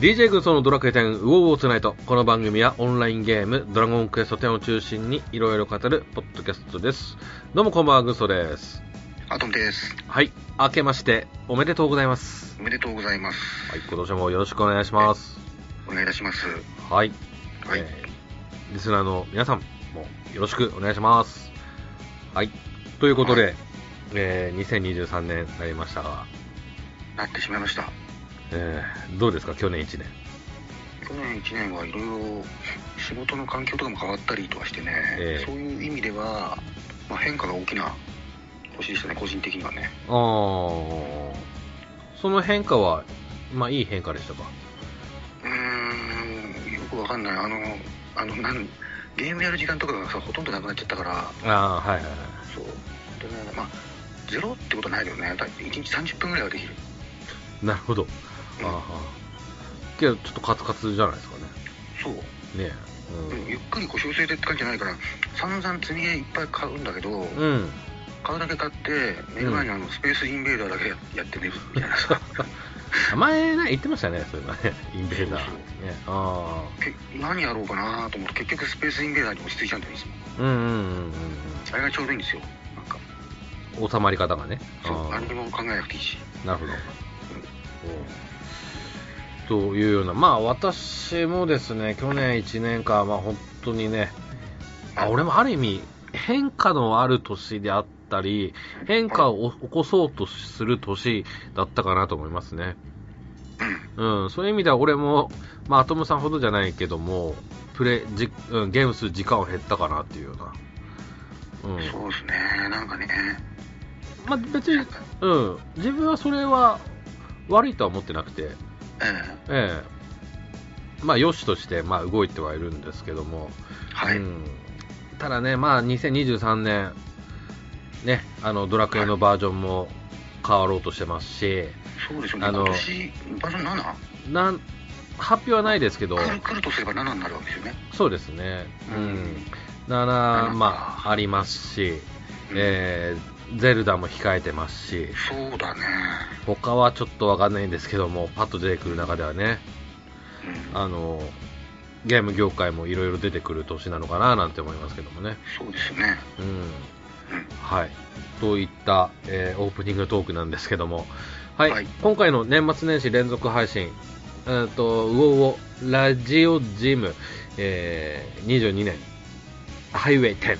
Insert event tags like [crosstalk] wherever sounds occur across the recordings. DJ 軍曹のドラクエ10ウォーウォーツナイト。この番組はオンラインゲーム、ドラゴンクエスト10を中心にいろいろ語るポッドキャストです。どうもこんばんは、軍曹です。アトムです。はい。明けまして、おめでとうございます。おめでとうございます。はい。今年もよろしくお願いします。お願いいたします。はい。はい。えーリスナーの皆さんもよろしくお願いします。はい。ということで、えー2023年になりましたが、なってしまいました。えーどうですか、去年1年。去年1年はいろいろ仕事の環境とかも変わったりとかしてね、ええそういう意味では、まあ、変化が大きな年でしたね、個人的にはね。あーその変化は、まあ、いい変化でしたか。うーん、よくわかんない。あの、あの、なんゲームやる時間とかがさ、ほとんどなくなっちゃったから、ああ、はいはいはい。そう。でね、まあ、ゼロってことはないけどね、だ1日30分ぐらいはできる。なるほど。うんああ。けど、ちょっとカツカツじゃないですかね。そう。ねうんゆっくりこう修正でって感じじゃないから、散々積み絵いっぱい買うんだけど、え。うん。うん。買うだけ買って目の前にあのスペースインベーダーだけややって寝るみたいなさ [laughs] 前ね、言ってましたね、そういうのね。 [laughs] インベーダー。そうね、あけ何やろうかなと思って結局スペースインベーダーに落ち着いちゃうんだよいつもあ。うんうんうんあれがちょうどいいんですよなんかうん。収まり方がね。そうあ何にも考えなくていいしあ。なるほど。というような、まあ私もですね、去年1年間、まあ本当にね、あ俺もある意味、変化のある年であったり、変化を起こそうとする年だったかなと思いますね。うんうん、そういう意味では俺も、まあアトムさんほどじゃないけども、プレイ、じうん、ゲームする時間は減ったかなっていうような。うん。そうですねなんかねまあ別に、うん、自分はそれは悪いとは思ってなくて、えええ、まあ、良しとして、まあ、動いてはいるんですけども、えはい、うんただね、まあ、2023年、ね、あのドラクエのバージョンも変わろうとしてますし、そうですよねあの今年バージョン7なん発表はないですけど、来る来るとすれば7になるわけですよねそうですね、ううんん、7、まあ、ありますし、ええゼルダも控えてますし、そうだね他はちょっとわかんないんですけども、パッと出てくる中ではね、うんあのゲーム業界もいろいろ出てくる年なのかななんて思いますけどもね。そうですよねうんうんはい、といった、えーオープニングトークなんですけども、はいはい今回の年末年始連続配信、えー、とウォウォラジオジム、えー22年ハイウェイ10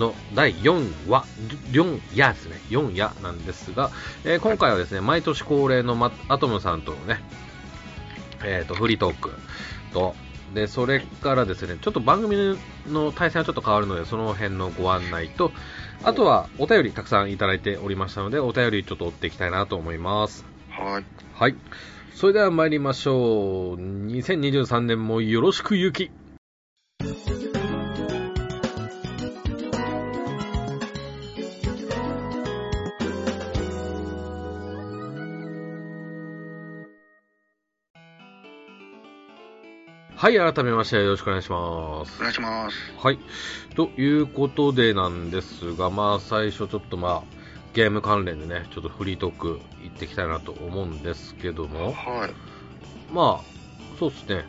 の第4話、4夜ですね、4夜なんですが、えー今回はですね、毎年恒例のマアトムさんとのね、えー、とフリートークと、でそれからですねちょっと番組の対戦はちょっと変わるのでその辺のご案内とあとはお便りたくさんいただいておりましたのでお便りちょっと追っていきたいなと思いますはいはいそれでは参りましょう2023年もよろしくゆきはい改めましてよろしくお願いしますお願いしますはい。ということでなんですが、まあ最初ちょっとまあ、ゲーム関連でね、ちょっとフリートーク行ってきたいなと思うんですけども、はいまあ、そうですね。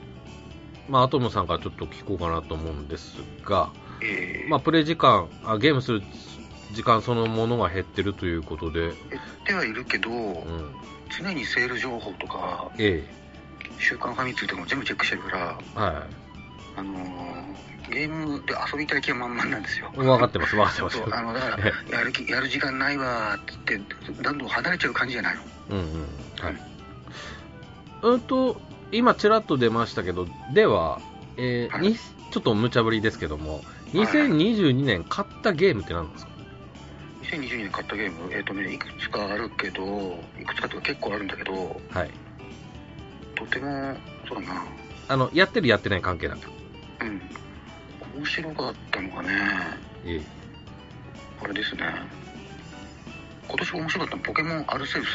まあ、アトムさんからちょっと聞こうかなと思うんですが、えーまあ、プレイ時間あ、ゲームする時間そのものが減ってるということで、言ってはいるけど、うん。常にセール情報とかえ週刊ファミ通とかも全部チェックしてるから、え。はあのーゲームで遊びたい気は満々なんですよ。い。分かってます、分かってますそう。あのだかえらやる気やる時間ないわーって言ってどんどん離れちゃう感じじゃないのうんうん。はい。うんと、今ちらっと出ましたけど、では、えーはいにちょっと無茶ぶりですけども、2022年買ったゲームって何なんですか2020年買ったゲーム、えっとね、いくつかあるけどいくつかというか結構あるんだけどはい。とてもそうだなあの、やってるやってない関係なく。うん面白かったのがねええあれですね今年面白かったのポケモンアルセウス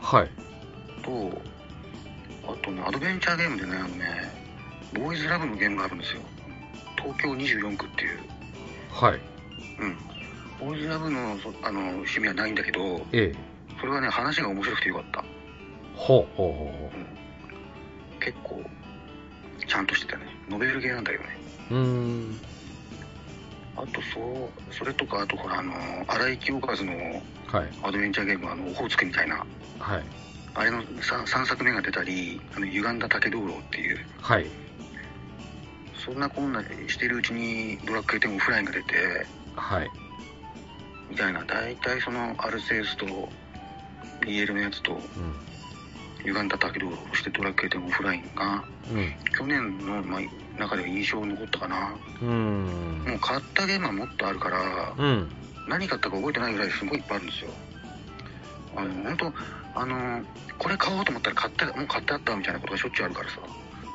はい。とあとねアドベンチャーゲームでねあのねボーイズラブのゲームがあるんですよ東京24区っていうはい。うんボーイズラブのそあの趣味はないんだけどええそれはね話が面白くてよかったほうほうほうほうん、結構ちゃんとしてたねノベルゲーなんだよねううーんあとそうそれとかあとほらあの荒井清和のはいアドベンチャーゲームあのオホーツクみたいなはいあれの 3, 作目が出たりあの歪んだ竹道路っていうはいそんなこんなしてるうちにドラッグ A テンオフラインが出てはいみたいな大体そのアルセウスと EL のやつとう歪んだ竹道路そしてドラッグ A テンオフラインがん去年の、まあ、中では印象に残ったかなうんうもう買ったゲームはもっとあるからーんうん何買ったか覚えてないぐらいすごいいっぱいあるんですよあの本当あのこれ買おうと思ったら買ってもう買ってあったみたいなことがしょっちゅうあるからさ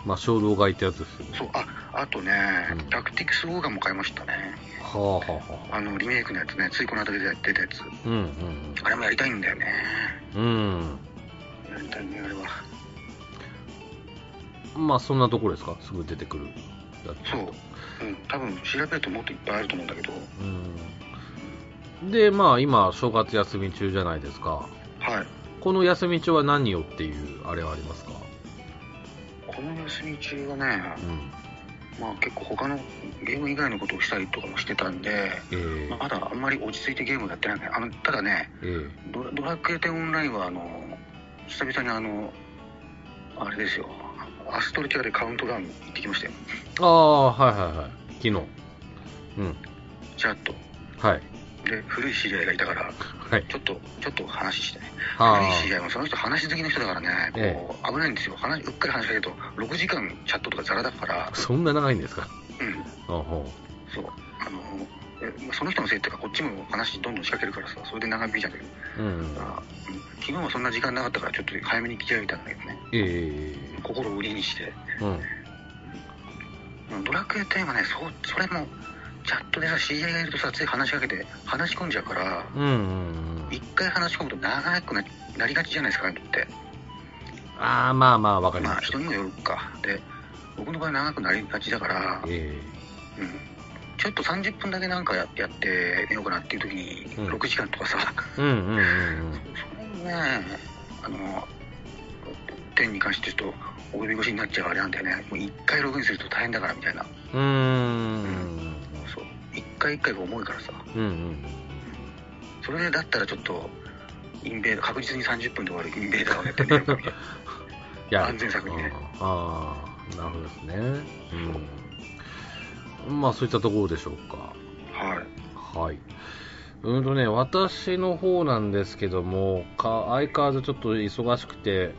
まあ衝動買いってやつですよねそうああとね、うんタクティクス・オーガも買いましたねはあはあはああのリメイクのやつねついこの間出た出たやつうんあれもやりたいんだよねうんうんやりたいねあれはうんまあそんなところですかすぐ出てくるやつそううん多分調べるともっといっぱいあると思うんだけどうんでまあ今正月休み中じゃないですかはいこの休み中は何をっていうあれはありますかこの休み中はね、うんまあ結構他のゲーム以外のことをしたりとかもしてたんでえーまあ、まだあんまり落ち着いてゲームやってないねあのただねえードラドラクエ10オンラインはあの久々にあのあれですよアストルティアでカウントダウン行ってきましたよああはいはいはい昨日うんチャットはいで古い知り合いがいたからはいちょっとちょっと話してねあ古い知り合いもその人話好きの人だからねこう、え危ないんですよ話うっかり話しかけると6時間チャットとかザラだからあそんな長いんですかうんあほそうあのえまあその人のせいっていうかこっちも話どんどん仕掛けるからさそれで長引いちゃうんだけどううんだからうん昨日はそんな時間なかったからちょっと早めに来ちゃいたんだけどねえ心を売りにしてえうんうんドラクエ10はねそそれもチャットでさ知り合いがいるとさつい話しかけて話し込んじゃうからうんうんうん一回話し込むと長くななりがちじゃないですかああいうのってああまあまあわかりまあます人にもよるかで僕の場合長くなりがちだから、うん、えちょっと30分だけなんかややってみようかなっていう時にうん6時間とかさ、えうんうんうんうんそれもねあの点に関してちょっとお呼び越しになっちゃうあれなんだよねもう一回ログインすると大変だからみたいなうーんそう一回一回が重いからさうんうんそれでだったらちょっとインベーダー確実に30分で終わるインベーダーをやってみようかみたいいなや安全策にねああなるほどですねうんまあそういったところでしょうか [laughs] はいはい。うんとね、私の方なんですけども、か相変わらずちょっと忙しくて、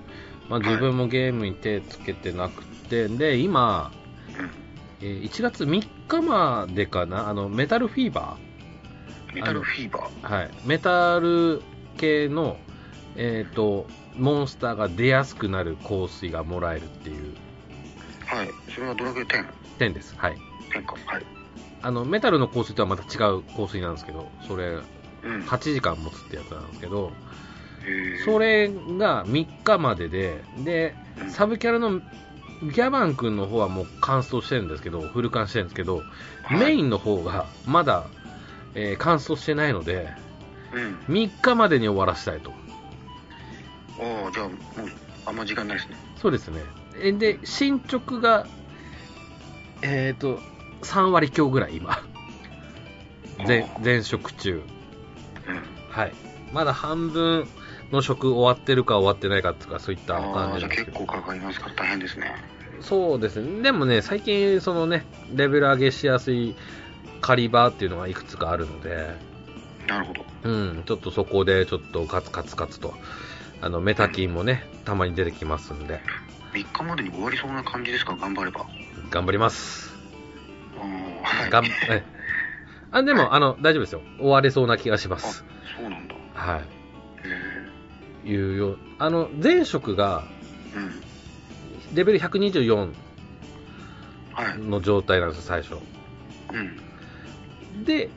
まあ、はい自分もゲームに手つけてなくて、で、今、うんえー1月3日までかな、あの、メタルフィーバメタルフィーバーーはい。メタル系の、えっ、と、モンスターが出やすくなる香水がもらえるっていうはいそれはドラクエ10点です。はい。 10かはいあの、メタルの香水とはまた違う香水なんですけど、それ、うん8時間持つってやつなんですけど、へーそれが3日までで、で、うんサブキャラのギャバン君の方はもう乾燥してるんですけど、フル完してるんですけど、はいメインの方がまだ、えー乾燥してないので、うん3日までに終わらせたいと。ああじゃあもうあんま時間ないですねそうですね。えで、進捗が、えっ、と、3割強ぐらい今。全あー全職中。うんはい。まだ半分の職終わってるか終わってないかとか、そういったあ感あじなんじゃであすけ結ど。構かかりますから大変ですねそうですね、でもね、最近、そのね、レベル上げしやすい狩り場っていうのがいくつかあるので、なるほどうん、ちょっとそこで、ちょっとカツカツカツと、あの、メタキンもね、たまに出てきますんで、 3日までに終わりそうな感じですか頑張れば頑張ります。うんはいがん、えあ、でも、あの、大丈夫ですよ。終われそうな気がしまあす。そうなんだはへえい。いうよう、あの、前職が、うんレベル124はいの状態なんですよ、最初。うんで、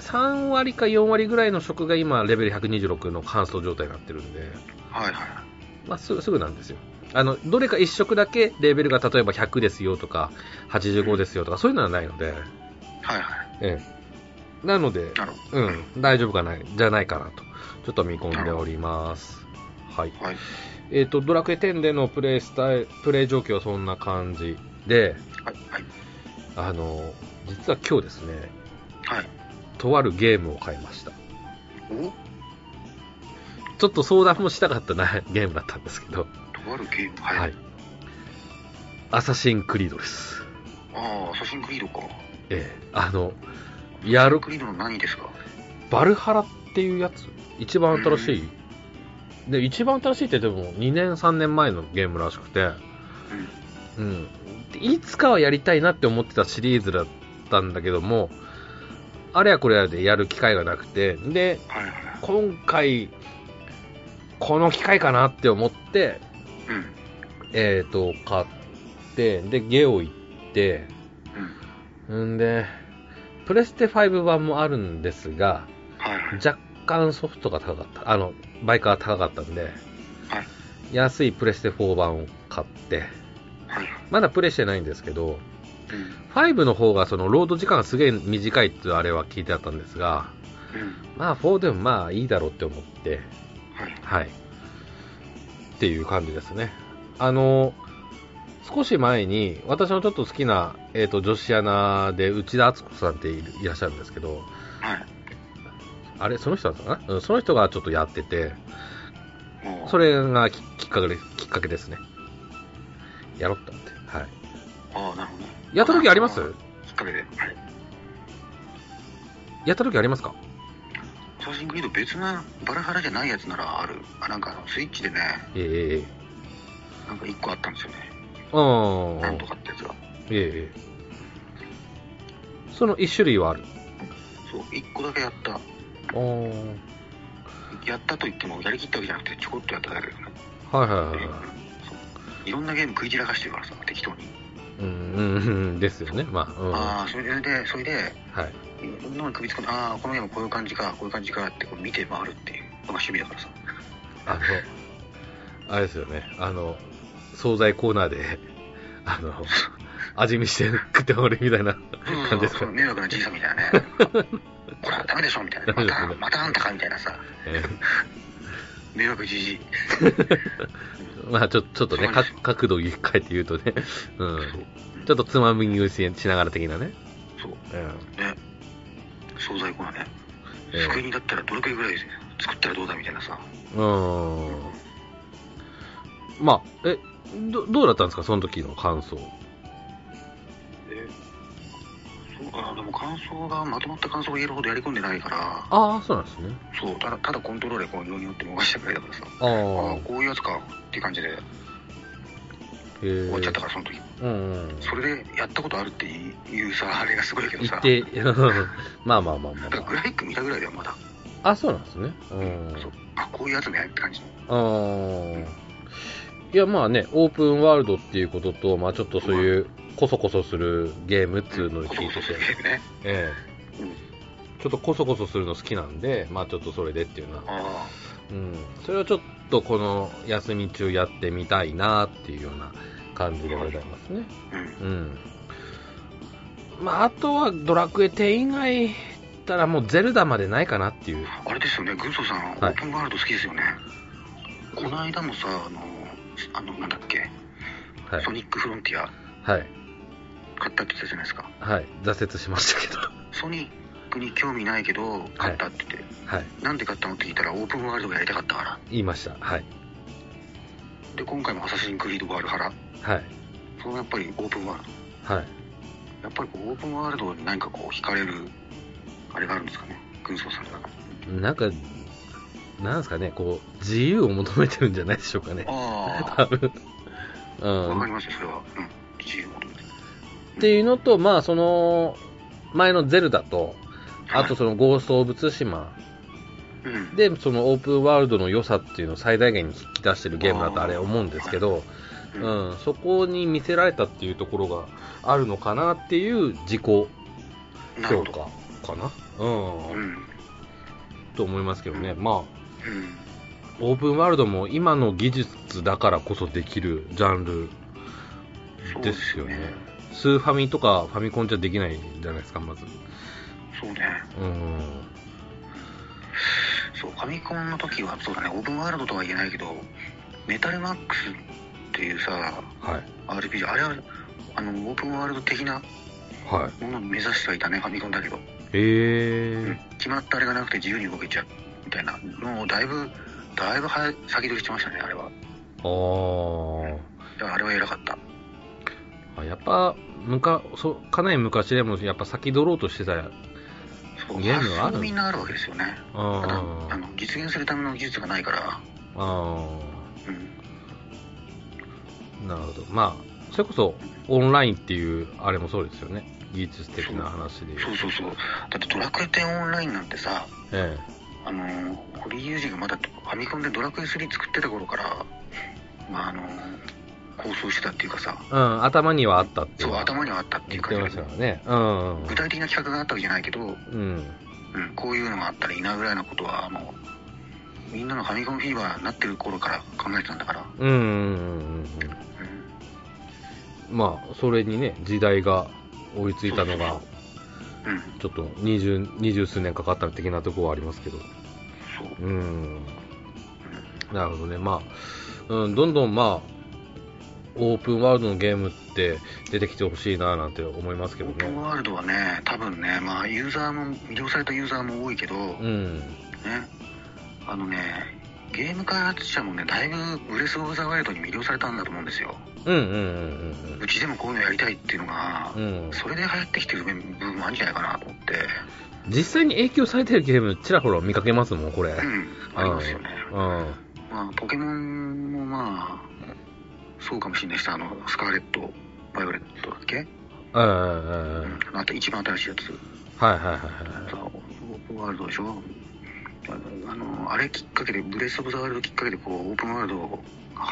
3割か4割ぐらいの職が今、レベル126の乾燥状態になってるんで、はいはまあ、すぐすぐなんですよ。あの、どれか1職だけレベルが例えば100ですよとか、85ですよとか、そういうのはないので、いはいはええ。なのでい、なるほうん、大丈夫かない、じゃないかなと、ちょっと見込んでおります。はい。どはいえっ、と、ドラクエ10でのプレイスタイル、プレイ状況はそんな感じで、はいはいあの、実は今日ですね、はいとあるゲームを買いました。おちょっと相談もしたかったな [laughs] ゲームだったんですけど、とあるゲームはい、はい。アサシンクリードです。ああアサシンクリードかええあの、やるクリードの何ですかバルハラっていうやつ一番新しい、で一番新しいってでも2年3年前のゲームらしくて、うん、でいつかはやりたいなって思ってたシリーズだったんだけどもあれやこれやでやる機会がなくてではいはい今回この機会かなって思ってうんえっ、と買ってでゲオ行ってうんんでプレステ5版もあるんですがはいはい若干ソフトが高かった、あの、バイカーが高かったんで、安いプレステ4版を買って、はいまだプレイしてないんですけど、うん5の方がそのロード時間がすげえ短いってあれは聞いてあったんですが、うんまあ4でもまあいいだろうって思って、はいはい。っていう感じですね。あの、少し前に、私のちょっと好きな、えっ、と、女子アナで内田敦子さんっているいらっしゃるんですけど、はいあれ、その人だったかなうん、その人がちょっとやってて、おーそれがききっかけできっかけですね。やろうって思って。はい。ああなるほどねやった時ありますきっかけではいやった時ありますかアサシンクリード別なバラハラじゃないやつならあるあなんかあのスイッチでねええなんか一個あったんですよねええうん。なんとかってやつがええその一種類はある。そう一個だけやったおーやったと言ってもやりきったわけじゃなくてちょこっとやっただけだよねはいはいはいはそういろんなゲーム食い散らかしてるからさ適当に、い。うん、うんうん、ですよね。まあ、うん。はああそれでそれでい。いろんなのに首突っ込んでああこのゲームこういう感じかこういう感じかってこう見て回るっていうのが趣味だからさあの、あれですよね。あの、惣菜コーナーで、あの、味見して食っておるみたい [laughs] な感じですそかうね。迷惑なじいさんみたいなね [laughs] これはダメでしょみたいなダメまですねたまたあんたかみたいなさええ迷惑じじいまあちょちょっとね、そうなんかですよ角度を変えて言うとね、うん、うんちょっとつまみ食いしながら的なね、そううんね惣菜コーナーねええ机にだったらどれくらいぐらい作ったらどうだみたいなさうん、まあ、えど、どうだったんですか、その時の感想。えそうかなでも感想がまとまった感想が言えるほどやり込んでないからああ、そうなんですね。そうただただコントロールでこうにょにょって動かしたぐらいだからさああ、ああこういうやつかっていう感じでへえ終わっちゃったからその時うんうん、それでやったことあるっていうさあれがすごいけど言さって、 [laughs] まあまあまあまあだからグまラフィック見たぐらいだよまだ、 [laughs] あ。あ、そうなんですね。うん。そうあこういうやつねって感じうんいや、まあね、オープンワールドっていうことと、まあちょっとそういう、こそこそするゲームっつうのを聞いてそうそうて。そう [laughs] ねええうんちょっとこそこそするの好きなんで、まあちょっとそれでっていうのは、あうん、それはちょっとこの休み中やってみたいなっていうような感じでございますね。あうんうん。まああとはドラクエ10以外だったらもうゼルダまでないかなっていう。あれですよね軍曹さん、オープンワールド好きですよねこの間もさあのあのなんだっけ、はいソ。ニックフロンティアはい。買ったって言ってたじゃないですかはい。挫折しましたけど。 [laughs] ソニックに興味ないけど買ったって言って、はい。なんで買ったのって聞いたらオープンワールドがやりたかったから言いました。はい。で今回もアサシンクリードワールハラはい。そのやっぱりオープンワールドはい。やっぱりこうオープンワールドに何かこう惹かれるあれがあるんですかね軍曹さんがなんか、なんですかね、こう、自由を求めてるんじゃないでしょうかね。あ多分。うあわんか。りますよそれはうん自由を求めてっていうのと、まあ、その、前のゼルダと、あとそのゴースト・オブ・ツシマうんで、そのオープンワールドの良さっていうのを最大限に引き出してるゲームだとあれ思うんですけど、ううんん、そこに見せられたっていうところがあるのかなっていう自己評なるほ価どかな。うん、うんうんと思いますけどね。まあ、オープンワールドも今の技術だからこそできるジャンルそうですよね。スーファミとかファミコンじゃできないじゃないですか、まず。そうねうん。そうファミコンの時はそうだねオープンワールドとは言えないけどメタルマックスっていうさ、はい。 RPG、あれは、あの、オープンワールド的なはい。ものを目指してはいたね、ファミコンだけど。えうんえ決まったあれがなくて自由に動けちゃう、みたいな。もうだいぶ、だいぶ早い先取りしてましたね、あれは。ー。あだからあれは偉かった。あ。あやっぱ、むか、そかなり昔でも、やっぱ先取ろうとしてた。そう、ゲーム発はある想みんなあるわけですよね。あただ、ああ。の、実現するための技術がないから、あうん。あ。なるほど。まあ、それこそ、オンラインっていう、あれもそうですよね。技術的な話で言。そううそうそう。だってドラクエ10オンラインなんてさ、えあのー、堀井雄二がまだファミコンでドラクエ3作ってた頃から、まああのー、構想してたっていうかさ、えうん、頭にはあったってい。そうう、頭にはあったって言いうっかて、ましたからね。うんうん具体的な企画があったわけじゃないけど、ううん。うん。ん、こういうのがあったらいいなぐらいのことは、もう、みんなのファミコンフィーバーになってる頃から考えてたんだから、うんうんうんうん。うん、まあ、それにね、時代が追いついたのが、うん、ちょっと二十二十数年かかった的なところはありますけど、そう、うーん、なるほどね、まあ、うん、どんどんまあ、オープンワールドのゲームって出てきてほしいななんて思いますけオどープンね。ワールドはね、多分ね、まあ、ユーザーも、魅了されたユーザーも多いけど、うね、ん、あのね、ゲーム開発者もね、だいぶブレス・オブ・ザ・ワイルドに魅了されたんだと思うんですよ。うん、うん、うちでもこういうのやりたいっていうのがうん、う、ん、うん。それで流行ってきてる部分もあるんじゃないかなと思って、実際に影響されてるゲーム、ちらほら見かけますもん、これ。うん、ありますよね。うん。まあ、ポケモンもまあ、そうかもしれないです。あの、スカーレット、バイオレットだっけ、うん、うん、うんう。うんん、あと一番新しいやつ、はい、はい、はいはい。さ、ワールドでしょああの、あれきっかけで、ブレス・オブ・ザ・ワールドきっかけで、こう、オープンワールドが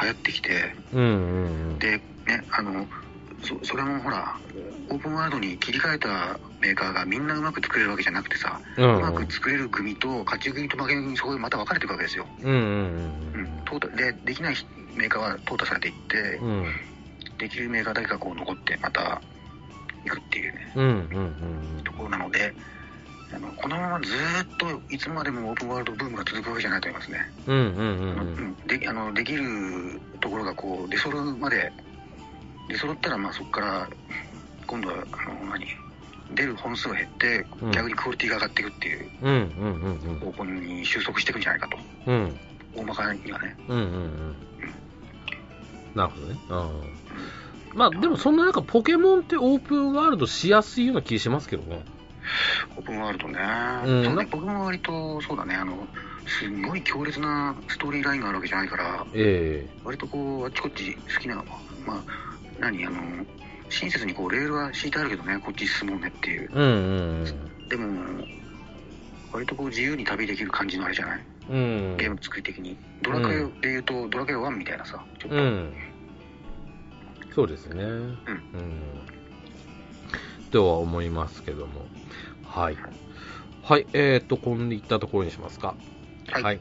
流行ってきて、うん、うん、で、ね、あの、そそれもほら、オープンワールドに切り替えたメーカーがみんなうまく作れるわけじゃなくてさ、うん。うん、うまく作れる組と勝ち組と負け組にそこでまた分かれていくわけですよ、うん、うんうん、淘汰でできないメーカーは淘汰されていってうん、う、ん。できるメーカーだけがこう残ってまたいくっていうねうんうんうんところなのであのこのままずーっといつまでもオープンワールドブームが続くわけじゃないと思いますね、うんうんうんううんうんんであのできるところがこう出揃うまで出揃ったらまあそこから今度はあの何出る本数が減ってうん逆にクオリティが上がっていくっていううんうんうんうん方向に収束していくんじゃないかとうん大まかにはねうんうんなるほどねうんまあでもそんな中ポケモンってオープンワールドしやすいような気しますけどねオープンワールドね,、うんそうなね僕も割とそうだねあのすんごい強烈なストーリーラインがあるわけじゃないからえ割とこうあっちこっち好きなまあ何あの親切にこうレールは敷いてあるけどねこっち進もうねっていうえうんでも割とこう自由に旅できる感じのあれじゃないうんうんゲーム作り的にドラクエでいうと、ドラクエ1みたいなさちょっと、うんそうですねうんとは思いますけどもはいはいえっとこんでいったところにしますかはい、はい。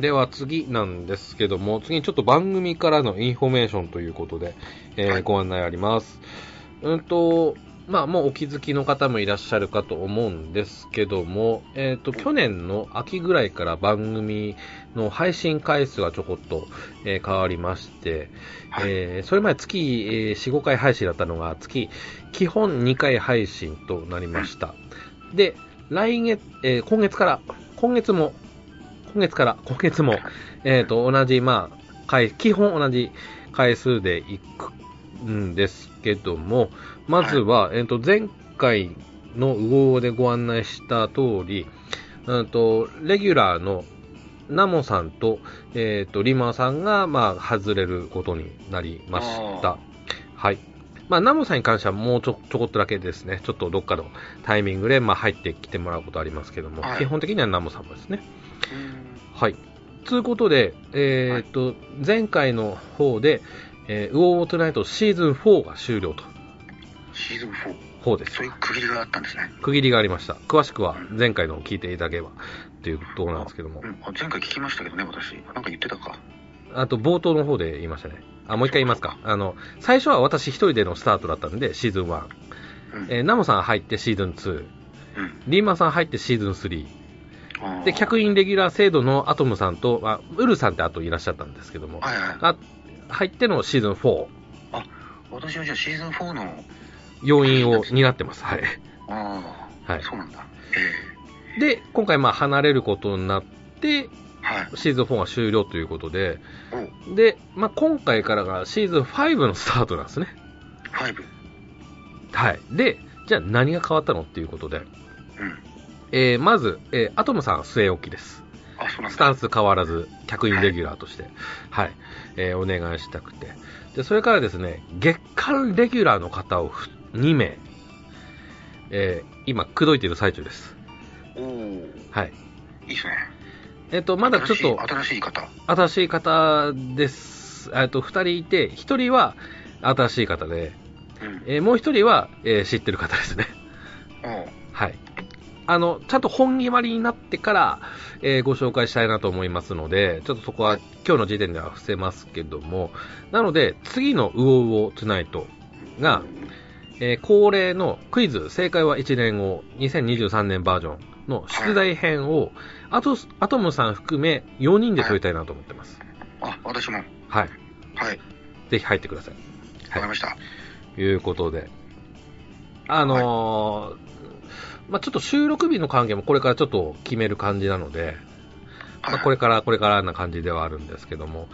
では次なんですけども、次にちょっと番組からのインフォメーションということで、えーはいご案内あります。うんと、まあもうお気づきの方もいらっしゃるかと思うんですけども、えっ、と、去年の秋ぐらいから番組の配信回数がちょこっと、えー変わりまして、はいえーそれまで月、えー4、5回配信だったのが、月、基本2回配信となりました。で、来月、えー今月から、今月も、今月から、今月も、えっ、と、同じ、まあ、回、基本同じ回数でいくんですけども、まずは、えっ、と、前回のウゴウゴでご案内した通り、うんと、レギュラーのナモさんと、えっ、と、リマさんが、まあ、外れることになりましたあ。はい。まあ、ナモさんに関してはもうちょ、ちょこっとだけですね。ちょっとどっかのタイミングで、まあ、入ってきてもらうことありますけども、はい基本的にはナモさんもですね。うんはい。ということで、えーっと、前回の方で、えー、ウォーウォートナイトシーズン4が終了と、シーズン4方ですそう。いう区切りがあったんですね、区切りがありました。詳しくは前回のを聞いていただければというところなんですけどもう。ん、あ前回聞きましたけどね私なんか言ってたかあと、冒頭の方で言いましたね。あ、もう一回言いますか。あの、最初は私一人でのスタートだったんで、シーズン1。うんえーナモさん入ってシーズン2。うんリーマンさん入ってシーズン3。あーで、客員レギュラー制度のアトムさんと、まあ、ウルさんってあといらっしゃったんですけども、はいはい。が入ってのシーズン4、私はじゃあシーズン4の、要因を担ってます。はい。ああ、はいそうなんだ。[laughs] えで、今回まあ離れることになって、えはい。シーズン4が終了ということで、おで、まあ、今回からがシーズン5のスタートなんですね。 5。はい。で、じゃあ何が変わったのっていうことで、うん。えーまず、えーアトムさんは据え置きです。あ、そうなんスタだ。ンス変わらず、客員レギュラーとして、はい、えーお願いしたくて。で、それからですね、月間レギュラーの方を2名、えー今、口説いている最中です。おおはい。いいですね。えっ、と、まだちょっと新しい新しい方。新しい方です。えっと、2人いて、1人は新しい方で、うん。えーもう1人は、えー知ってる方ですね。 [laughs] おうはい。あの、ちゃんと本決まりになってから、えーご紹介したいなと思いますので、ちょっとそこは今日の時点では伏せますけども、なので、次のウオウオトゥナイトが、えー恒例のクイズ、正解は1年後、2023年バージョンの出題編を、あと、アトムさん含め4人で解いたいなと思ってます。あ、私も。はい。はい。わぜひ入ってください。かりました。ということで。あのーまあちょっと収録日の関係もこれからちょっと決める感じなので、はい。まあこれから、これからな感じではあるんですけども。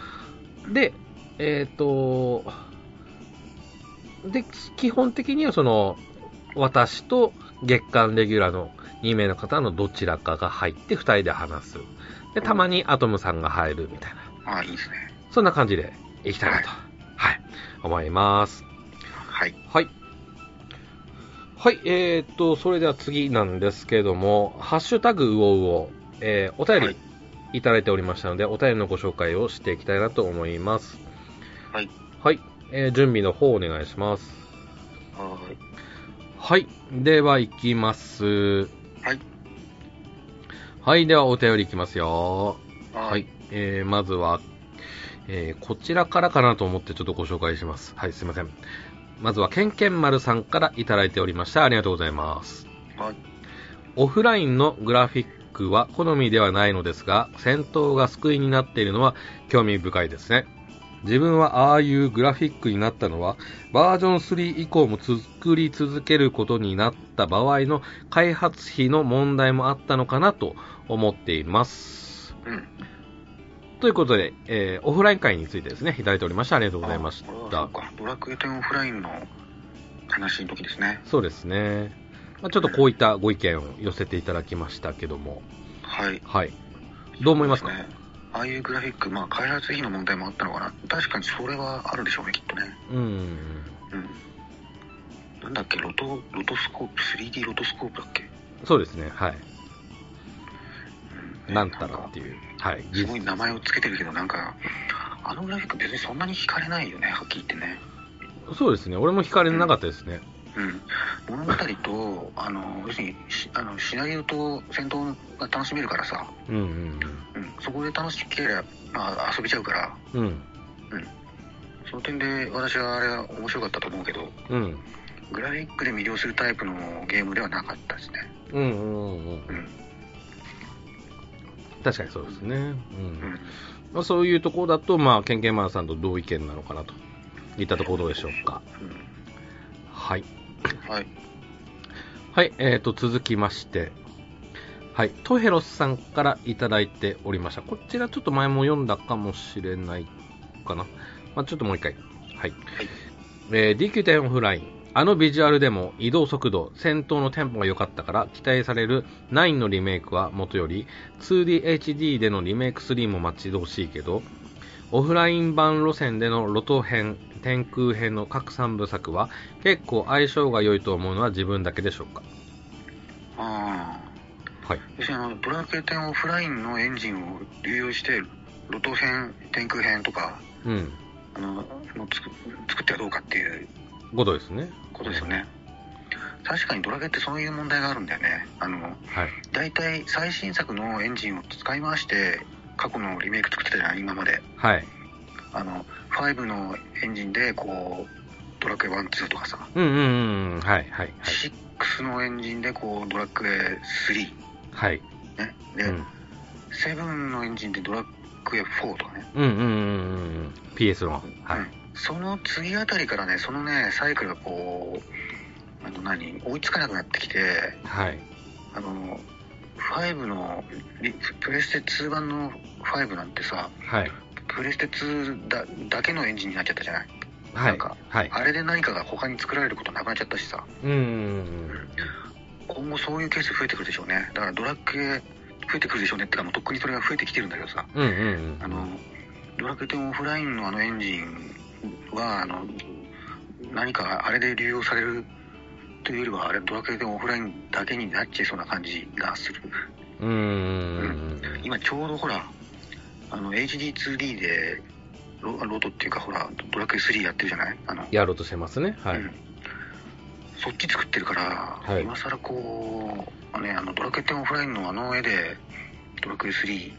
で、えっ、と、で、基本的にはその、私と月間レギュラーの2名の方のどちらかが入って2人で話す。で、たまにアトムさんが入るみたいな。あいいですね。そんな感じでいきたいなと、はい、思います。はい。はい。はい、えー、っと、それでは次なんですけれども、ハッシュタグうおうお、えーお便はいりいただいておりましたので、お便りのご紹介をしていきたいなと思います。はい。はい、えー準備の方お願いします。はい。はい、では行きます。はい。はい、ではお便りいきますよ。は。、はいえー、まずは、えー、こちらからかなと思ってちょっとご紹介します。はい、すいません。まずは、けんけん丸さんからいただいておりました。ありがとうございます。はい。オフラインのグラフィックは好みではないのですが、戦闘が救いになっているのは興味深いですね。自分はああいうグラフィックになったのは、バージョン3以降も作り続けることになった場合の開発費の問題もあったのかなと思っています。うん。ということで、えーオフライン会についてですね、いただいておりました。ありがとうございましあこれはそうた。かドラクエ10オフラインの話の時ですね。そうですね。まあ、ちょっとこういったご意見を寄せていただきましたけども、はい。はい。どう思いますかそうでねああいうグラフィック、まあ、開発費の問題もあったのかな。確かにそれはあるでしょうね、きっとね。うん。うん。なんだっけ、ロト、ロトスコープ、3D ロトスコープだっけ。そうですね、はい。うんなんたらっていう。はい。すごい名前をつけてるけど、なんか、あのグラフィック別にそんなに惹かれないよね、はっきり言ってね。そうですね。俺も惹かれなかったですね。うん。物語と、あの、要するにしあの、シナリオと戦闘が楽しめるからさ、うんうんうん、そこで楽しければ、まあ、遊びちゃうから、うん。うん。その点で私はあれは面白かったと思うけど、うん。グラフィックで魅了するタイプのゲームではなかったですね。うんうんうんううん。ん。確かにそうですね。う。うんん。まあ、そういうところだと、まあ、ケンケンマンさんと同意見なのかなといったところどうでしょうか。はい。うん、はい。はい、えー、と、続きまして、はい、トヘロスさんからいただいておりました。こちらちょっと前も読んだかもしれないかな。まあ、ちょっともう一回。はい。えー DQ10 オフライン。あのビジュアルでも移動速度、戦闘のテンポが良かったから期待される9のリメイクはもとより 2DHD でのリメイク3も待ち遠しいけどオフライン版路線でのロト編、天空編の各3部作は結構相性が良いと思うのは自分だけでしょうかああ。はい。要するにあのドラクエ10オフラインのエンジンを流用して路頭編天空編とかうん。あののつく作ってはどうかっていう5度ですね。ことですよね確かにドラクエってそういう問題があるんだよねあのはい。大体最新作のエンジンを使い回して過去のリメイク作ってたじゃない今まではい。あの5のエンジンでこうドラクエ12とかさ、うんうんうんうん。はい。はい。 6のエンジンでこうドラクエ3はい。ねで、うんセブンのエンジンでドラクエ4とかね、うんうんうんうんうん PS のはういんその次あたりからねそのねサイクルがこうあの何追いつかなくなってきてはいあの5のリプレステ2版の5なんてさはいプレステ2だだけのエンジンになっちゃったじゃないはなんいかはいあれで何かが他に作られることなくなっちゃったしさうんうん今後そういうケース増えてくるでしょうねだからドラクエ増えてくるでしょうねってかもうとっくにそれが増えてきてるんだけどさうんうんうんあのドラクエ10オフラインのあのエンジンはあの何かあれで流用されるというよりはあれドラクエ10オフラインだけになっちゃいそうな感じがするうんうんうん今ちょうどほらあの HD2D でロロードっていうかほらドラクエ3やってるじゃないあのやろうとしてますねはういんそっち作ってるから、はい今更こう、あね、あのドラクエ10オフラインのあの絵で、ドラクエ3、ね、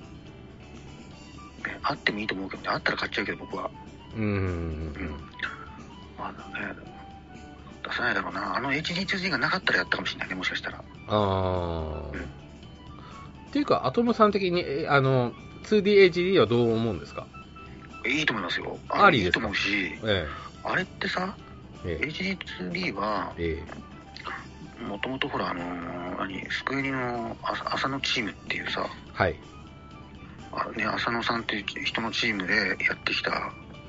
あってもいいと思うけどね、あったら買っちゃうけど、僕は。うんうんうん。まあね、出さないだろうな。あの HD2D がなかったらやったかもしれないね、もしかしたら。あうんあっていうかアトムさん的にえあの 2DHD はどう思うんですかえいいと思いますよ。ありいでいすとか思うし、えあれってさ、ええ HD2D は、ええもともとほら、あのー何、スクエニの浅浅野チームっていうさ、えはいあね、浅野さんっていう人のチームでやってきた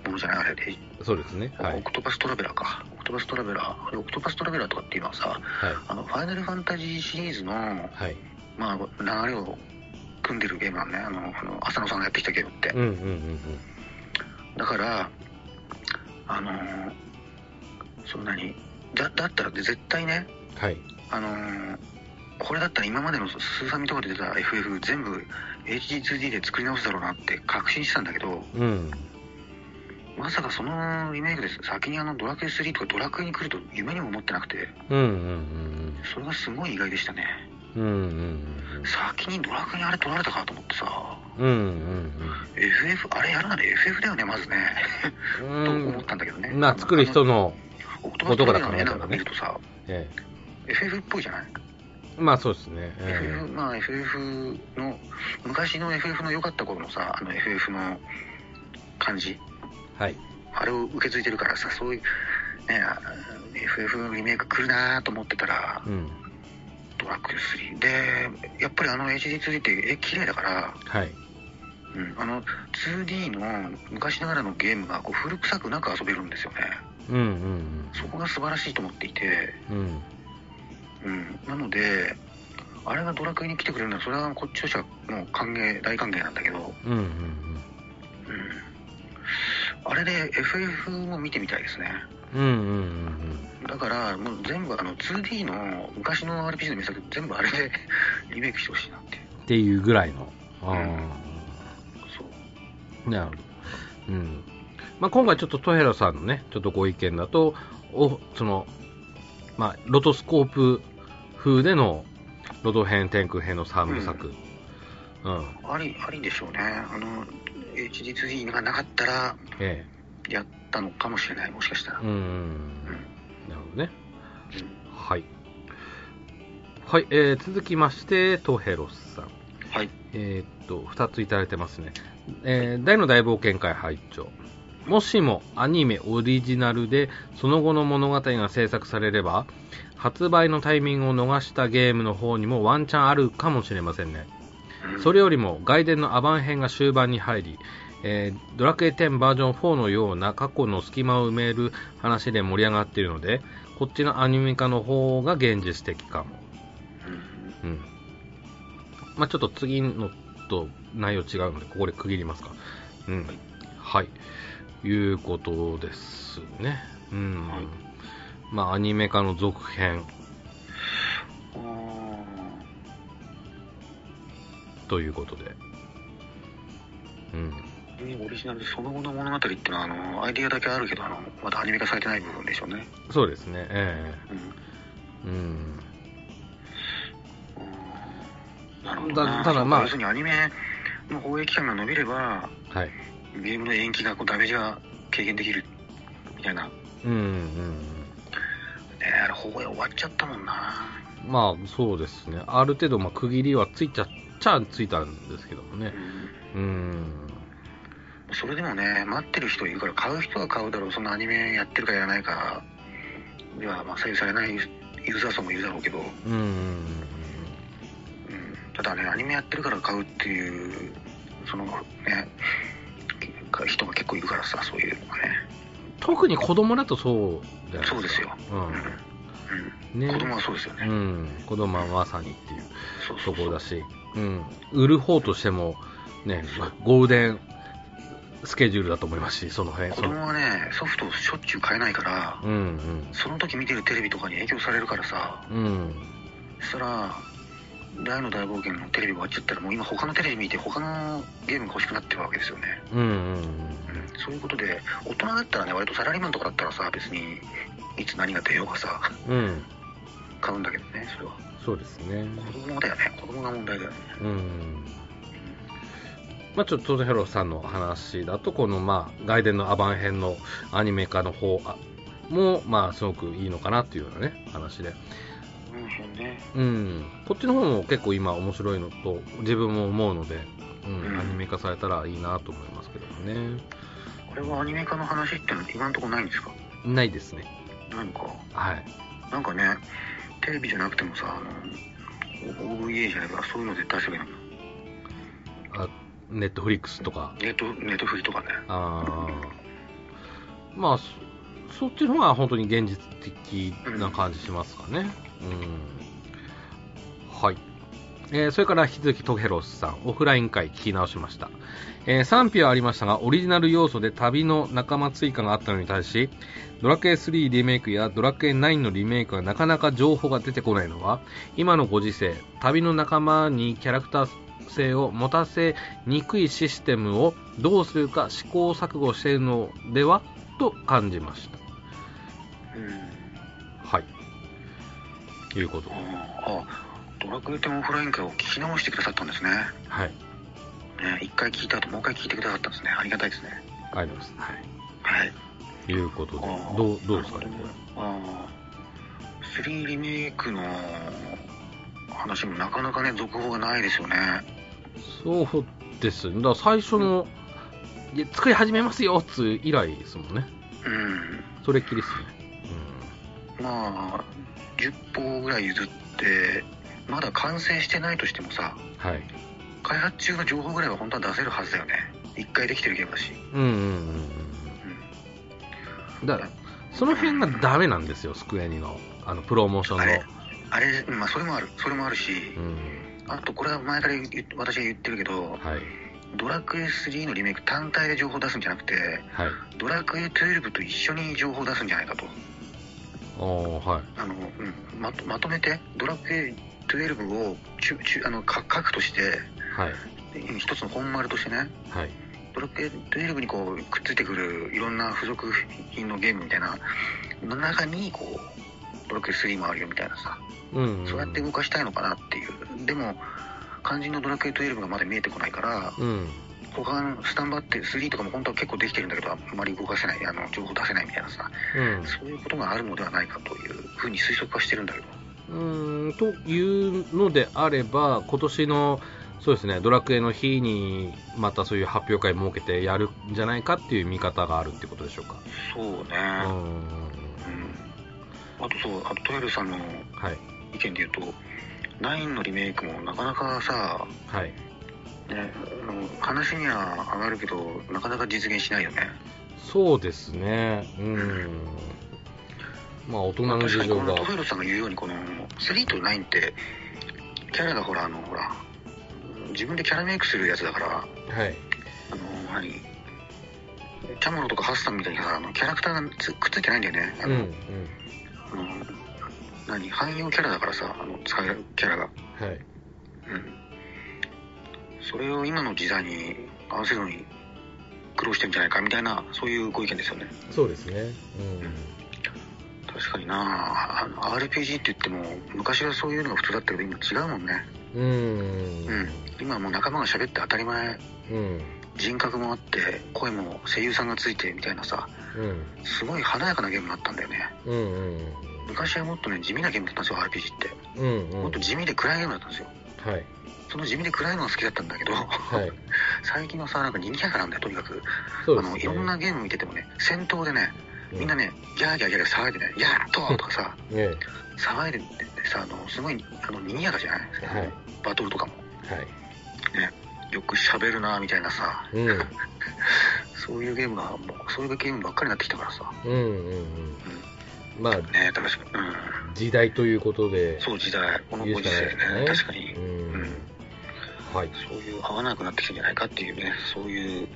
ものじゃないあれで、そうですねはオいクトパストラベラーかオクトパストラベラーあれオクトパストラベラーとかっていうのはさはいあのファイナルファンタジーシリーズの、はいまあ、流れを組んでるゲームなんねあのあの浅野さんがやってきたゲームって、うんうんうんだからあのーそんなにだだったら絶対ねうんはいあのーこれだったら今までのスーファミとかで出た FF 全部 HD2D で作り直すだろうなって確信してたんだけどうんまさかそのリメイクです先にあのドラクエ3とかドラクエに来ると夢にも思ってなくてうんうんそれがすごい意外でしたねうんうんうん先にドラクエにあれ取られたかと思ってさうんうんうん FF あれやるなら FF だよねまずね、うとん思ったんだけどねまあ作る人の男男だだかかららねねなんか見るとさえ FF っぽいじゃない、えまあそうですね、え FF まあ FF の昔の FF の良かった頃のさあの FF の感じえはいあれを受け継いでるからさそういうねあ FF リメイク来るなと思ってたらうんドラクエ3でやっぱりあの HD2D って絵綺麗だから、はいうん、あの 2D の昔ながらのゲームがこう古臭くなく遊べるんですよねうんうんそこが素晴らしいと思っていて、うんうんうん、なのであれがドラクエに来てくれるのはそれはこっちとしてはもう歓迎大歓迎なんだけど、うんうんうん、あれで FF も見てみたいですねうんうんうんうんだからもう全部あの 2D の昔の RPG の名作全部あれで [laughs] リメイクしてほしいなってっていうぐらいのああ、そうなるほど。うん。まあ、今回ちょっとトヘラさんのね、ちょっとご意見だと、お、その、まあ、ロトスコープ風での、ロト編、天空編の三部作。うん。ありありでしょうねあの HD2D がなかったらえやったのかもしれないもしかしたらえ。うん。なるほどね。はい。はい、えー、続きまして、トヘロさん。はいえーっと、2ついただいてますね。えー大の大冒険会拝聴もしもアニメオリジナルでその後の物語が制作されれば、発売のタイミングを逃したゲームの方にもワンチャンあるかもしれませんね。うんそれよりも外伝のアバン編が終盤に入り、えードラクエ10バージョン4のような過去の隙間を埋める話で盛り上がっているので、こっちのアニメ化の方が現実的かも。うんうん。まあ、ちょっと次のと内容違うので、ここで区切りますか。うん。はい。いうことですね。うん。はいまあ、アニメ化の続編あーということで。うん。オリジナルでその後の物語っていうのはあのアイディアだけあるけどあのまだアニメ化されてない部分でしょうね、そうですね。えうんえうん。うんなるほどなだただまあ要するにアニメの放映期間が伸びればはい。ゲームの延期がこうダメージが軽減できるみたいな、ね、うん、うん。あれ放映終わっちゃったもんなまあ、そうですね。ある程度、まあ、区切りはついちゃっちゃついたんですけどもね。うーん。それでもね待ってる人いるから買う人は買うだろうそのアニメやってるかやらないかではまあ左右されないユーザー層もいるだろうけど、うーん。うん、ただねアニメやってるから買うっていうそのねか人が結構いるからさそういうのがね特に子供だとそうじゃないそうですよ、うん。うんね。子供はそうですよね、うん。子供はまさにっていうそうそとうこそうろだし、うん。売る方としても、ね、ゴールデンスケジュールだと思いますし、その辺。子その供はねソフトをしょっちゅう買えないからうんその時見てるテレビとかに影響されるからさうん。うん。そしたら大の大冒険のテレビが終わっちゃったらもう今他のテレビ見て他のゲームが欲しくなってるわけですよね、うんうんうん、そういうことで大人だったらね割とサラリーマンとかだったらさ別にいつ何が出ようがさうん。うん。買うんだけどねそれはそうですね。子供だよね子供が問題だよねうん。まあちょっとトヘロさんの話だと、このまあ、外伝のアバン編のアニメ化の方あも、まあすごくいいのかなっていうようなね、話で。うんそうねうん。こっちの方も結構今面白いのと、自分も思うので、うん、うんアニメ化されたらいいなと思いますけどもね。これはアニメ化の話ってのは今んとこないんですかないですね。ないのかはい。なんかねテレビじゃなくてもさあの OVA じゃないからそういうので出せばいいのあネットフリックスとか。ネットネットフリとかねあーまあそそっちの方が本当に現実的な感じしますかね、うん、はい、えーそれから引き続きトヘロスさんオフライン会聞き直しました、えー賛否はありましたがオリジナル要素で旅の仲間追加があったのに対しドラクエ3リメイクやドラクエ9のリメイクはなかなか情報が出てこないのは今のご時世旅の仲間にキャラクター性を持たせにくいシステムをどうするか試行錯誤しているのではと感じました。うんはい。ということで。ああドラクエ10オフライン会を聞き直してくださったんですねはい。ね一回聞いた後もう一回聞いてくださったんですねありがたいですねあります。はい。はいということでああ、どう、どうですかね、ああ3リメイクの話もなかなかね続報がないですよねこれ。そうですね。だから最初の、いや作り始めますよっつう以来ですもんね。うんそれっきりですね。まあ10歩ぐらい譲ってまだ完成してないとしてもさうん。はい。開発中の情報ぐらいは本当は出せるはずだよね一回できてるゲームだし、うんうんうんうんうん。だから、その辺がダメなんですよ、スクエニの、あの、プロモーションあれの。あれまあそれもあるそれもあるし、うん。あとこれは前から言う私が言ってるけどはい。ドラクエ3のリメイク単体で情報出すんじゃなくてはい。ドラクエ12と一緒に情報を出すんじゃないかとおー、はい。あの、うん、まとまとめてドラクエ12をちゅちゅあのか核としてはい。うん一つの本丸としてねはい。ドラクエ12にこうくっついてくるいろんな付属品のゲームみたいなの中にこうドラクエ3もあるよみたいなさうんそうやって動かしたいのかなっていうでも肝心のドラクエ12がまだ見えてこないからうん。他のスタンバって3とかも本当は結構できてるんだけどあんまり動かせないあの情報出せないみたいなさうん。そういうことがあるのではないかというふうに推測はしてるんだけどうーんというのであれば、今年のそうですねドラクエの日にまたそういう発表会設けてやるんじゃないかっていう見方があるってことでしょうか。そうねうーんうんあとそうあとトヨルさんのはい意見で言うと9のリメイクもなかなかさ、はいね、あの話には上がるけどなかなか実現しないよねそうですね。うーん。まあ大人の確事かに情こがの。トヨルさんが言うようにこの3と9ってキャラがほらあのほら自分でキャラメイクするやつだからはい。あの何チャモロとかハッサンみたいにさあのキャラクターがつくっついてないんだよねあうんの、うんあの何汎用キャラだからさあの使えるキャラがはい。うんそれを今の時代に合わせるのに苦労してるんじゃないかみたいなそういうご意見ですよねそうですね。確かになああの RPG って言っても昔はそういうのが普通だったけど今違うもんねうん。ううん、今はもう仲間が喋って当たり前ーん。うん。人格もあって声も声優さんがついてみたいなさうん。すごい華やかなゲームになったんだよねうん。うん。昔はもっとね地味なゲームだったんですよ RPG ってうん。うん。もっと地味で暗いゲームだったんですよはい。その地味で暗いのが好きだったんだけど、はい。 [laughs] 最近のさ、なんか賑やかなんだよ、とにかく。そうあですの、ね。いろんなゲーム見ててもね、戦闘でね、みんなね。ね、ギャーギャーギャーギャー騒いでね、やっとーとかさ、え騒いでてさ、あの、すごい、あの、賑やかじゃないえ。はい。バトルとかも。はい。よく喋るな、みたいなさ、うん。そういうゲームが、もう、そういうゲームばっかりになってきたからさ。うんうんうん。まあ、ね確かに。う時代ということでん。。そう、時代、この言ごうし時かない世ですねね、確かにう。んうん。はい。そういう合わなくなってきたんじゃないかっていうね、そういう、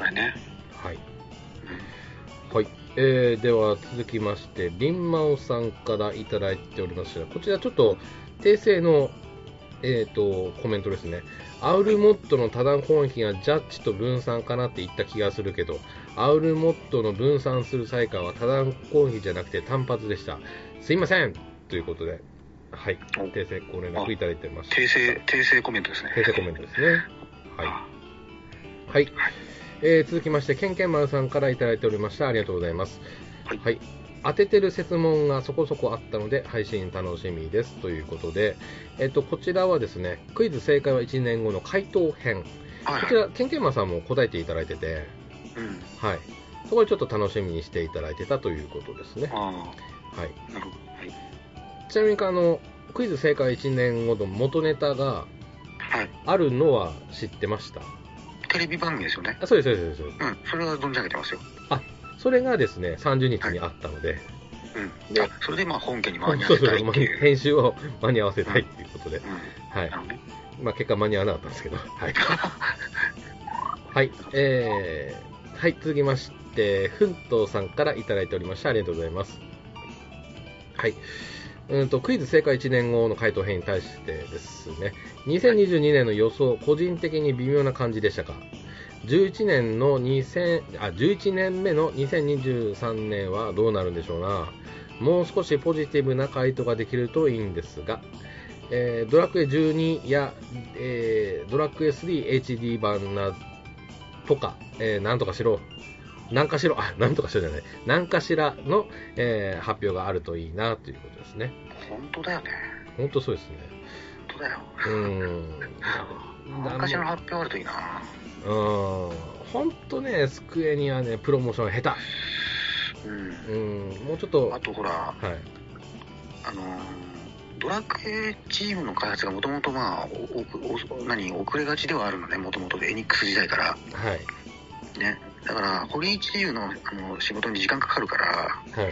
あれね。はい。うんはい。えー、では続きまして、りんまおさんからいただいておりました。こちらちょっと訂正の、えー、とコメントですね。アウルモットの多段攻撃がジャッジと分散かなって言った気がするけど、アウルモットの分散する際からは多段攻撃じゃなくて単発でした。すいませんということで、はい。お訂正ご連絡いただいております。訂正、訂正コメントですね。訂正コメントですね。はい。あはい、えー続きまして、けんけんまるさんからいただいておりました。ありがとうございます。はい当ててる説問がそこそこあったので、配信楽しみです。ということで、えっと、こちらはですね、クイズ正解は1年後の回答編。はいこはちい。ら、けんけんまるさんも答えていただいてて、うん。はい。そこでちょっと楽しみにしていただいてたということですね。あはい。あ、なるほど。はい。ちなみに、あの、クイズ正解1年後の元ネタがはい。あるのは知ってましたテレビ番組ですよね。あ、そうです、そうです、そうです。うん。それは存じ上げてますよ。それがですね、30日にあったので、うん。であ、それでまあ本家に間に合そうわそせうそうたいまっあていう。編集を間に合わせたいっていうことで、うん。はいな。るほどね。まあ、結果間に合わなかったんですけど、はい。はい、えー、はい、続きまして、ふんとうさんからいただいておりました。ありがとうございます。はい。うんと、クイズ正解1年後の回答編に対してですね、2022年の予想、個人的に微妙な感じでしたか11年の2000あ11年目の2023年はどうなるんでしょうなもう少しポジティブな回答ができるといいんですが、えードラクエ12や、えードラクエ 3HD 版なとか、えーなんとかしろなんかしろあ [laughs] なんとかしろじゃないなんかしらの、えー発表があるといいなということですね本当だよね。本当そうですね本当だよ。うーん昔の発表あるといいな。うーん本当ね、スクエニはね、プロモーションが下うん手。う。ーん、もうちょっと、はあとほら、い。あのードラクエチームの開発がもともとまあ、おおお何、遅れがちではあるのね、もともとエニックス時代から。はい。ね。だから、堀井自由のあの仕事に時間かかるから、は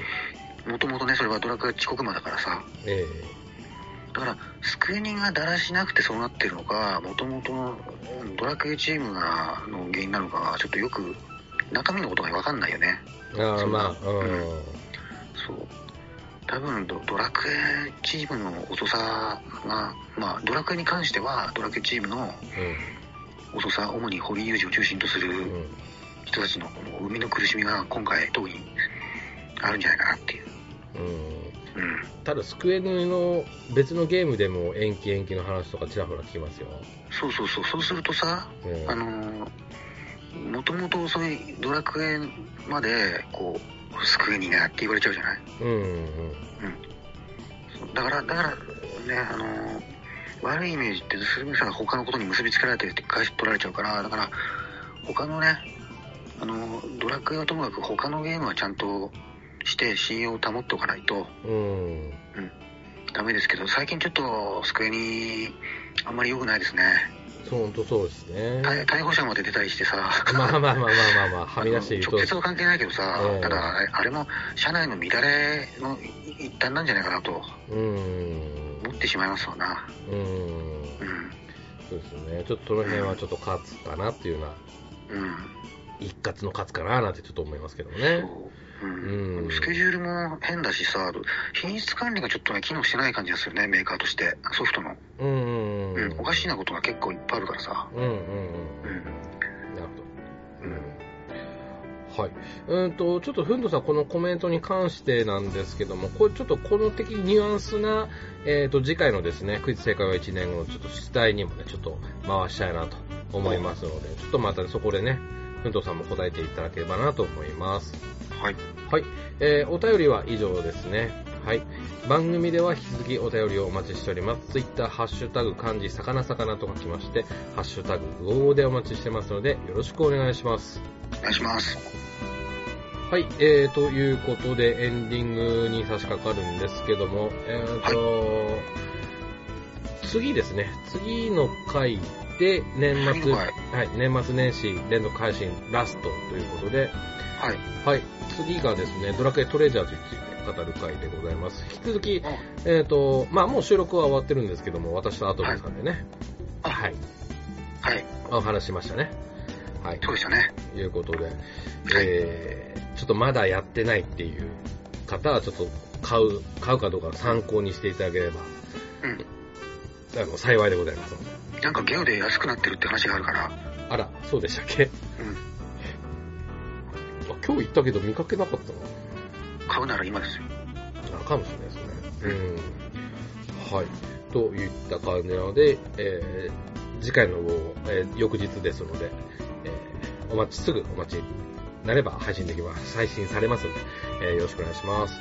い。もともとね、それはドラクエ遅刻魔だからさ。えだから、スクエニがだらしなくてそうなってるのか、もともとのうんドラクエチームがの原因なのかは、ちょっとよく、中身のことがわかんないよね。えああ、そうまあ、う。うんそう。多分ド、ドラクエチームの遅さが、まあ、ドラクエに関しては、ドラクエチームの遅さ、主に堀井雄二を中心とすうん。うるん。人たちのこの生みの苦しみが、今回、特にあるんじゃないかなっていう。うん。うん。ただ、スクエニの別のゲームでも延期延期の話とかちらほら聞きますよ。そうそうそう。そうするとさ、うん。あのー、もともとそういうドラクエまで、こう、救えになって言われちゃうじゃないうんうん。そうだから、だから、ね、あのー、悪いイメージって、すぐさ他のことに結びつけられてって返し取られちゃうから、だから、他のね、あのー、ドラクエはともかく他のゲームはちゃんとして信用を保っておかないとうん。ダメですけど、最近ちょっと救えに、あんまり良くないですね。そう、本当そうですね。逮逮捕者まで出たりしてさ。まあまあまあまあまあまあ、はみ出していると直。接は関係ないけどさ、うんただあれ、あれも社内の乱れの一端なんじゃないかなとうん。思ってしまいますわな。うん。うん。そうですね。ちょっとその辺はちょっと勝つかなっていうような。うん。一括の勝つかななんてちょっと思いますけどもね。そう。うん。うんスケジュールも変だしさ、品質管理がちょっとね、機能してない感じがするね、メーカーとして。ソフトの。ううんん。おかしいな。ことが結構いっぱいあるからさ。うんうんうん。うなるん。ほど。うん。はい。うんと、ちょっとふんどさん、このコメントに関してなんですけども、これちょっとこの的ニュアンスな、えっ、と、次回のですね、クイズ正解は1年後のちょっと出題にもね、ちょっと回したいなと思いますので、ちょっとまたそこでね、ふんどさんも答えていただければなと思います。はい。はい、えーお便りは以上ですね。はい。番組では引き続きお便りをお待ちしております。ツイッター、ハッシュタグ、漢字、魚魚と書きまして、ハッシュタグ、うおうおでお待ちしてますので、よろしくお願いします。お願いします。はい、えー、ということで、エンディングに差し掛かるんですけども、えーと、次ですね、次の回で年次末、のは回い、年末年始連続配信ラストということで、はい。はい、次がですね、ドラクエトレジャーズについて語る回でございます。引き続き、あえーと、まあもう収録は終わってるんですけども、私とアトムさんでね、あはい、はい。お話ししましたね。はい、そうでしたね。ということで、えーちょっとまだやってないっていう方は、ちょっと買う、買うかどうかの参考にしていただければ、うん。あの、幸いでございますので。なんかゲオで安くなってるって話があるから。あら、そうでしたっけうん。あ今日行ったけど見かけなかった買うなら今ですよ。な。あかもしれないですね。うん。はい。といった感じなので、えー次回の号、えー翌日ですので、えーお待ち、すぐお待ちになれば配信できます。配信されますので、えーよろしくお願いします。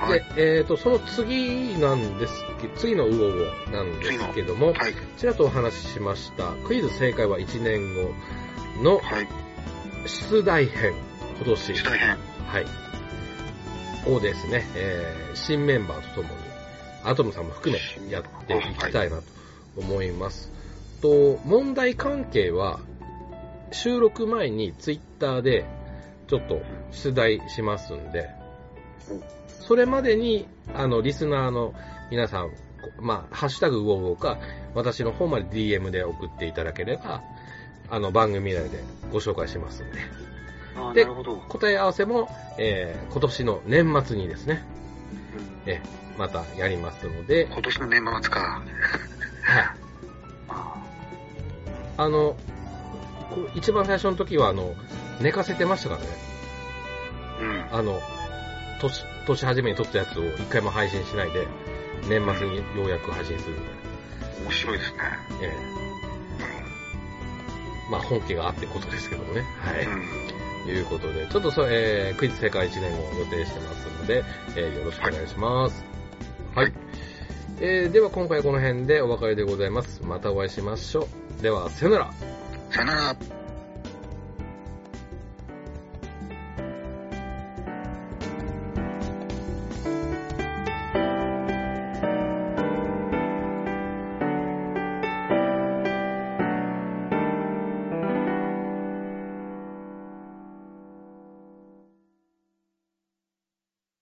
はでい。、えっ、と、その次なんですけ次のウオウオなんですけども、はい。ちらっとお話ししました、クイズ正解は1年後のはい。出題編、今年、主題編。はい、をですね、えー新メンバーとともに、アトムさんも含めやっていきたいなと思います。と、問題関係は、収録前にツイッターでちょっと出題しますんで、それまでに、あの、リスナーの皆さん、こまあ、ハッシュタグウォウウォか、私の方まで DM で送っていただければ、あの、番組内でご紹介しますんで。ああ、なでるほど。うん答え合わせも、えー今年の年末にですね、えーまたやりますので、今年の年末か。はい。ああの、こう一番最初の時は、あの、寝かせてましたからね。あうあん。の、年、年初めに撮ったやつを一回も配信しないで、年末にようやく配信するみ面白いですね。たいな。えーまあ、本家があってことですけどもね。はい。うん。ということで、ちょっとそ、えー、クイズ世界1年を予定してますので、えーよろしくお願いします。はい。えー、では今回はこの辺でお別れでございます。またお会いしましょう。では、さよなら。さよなら。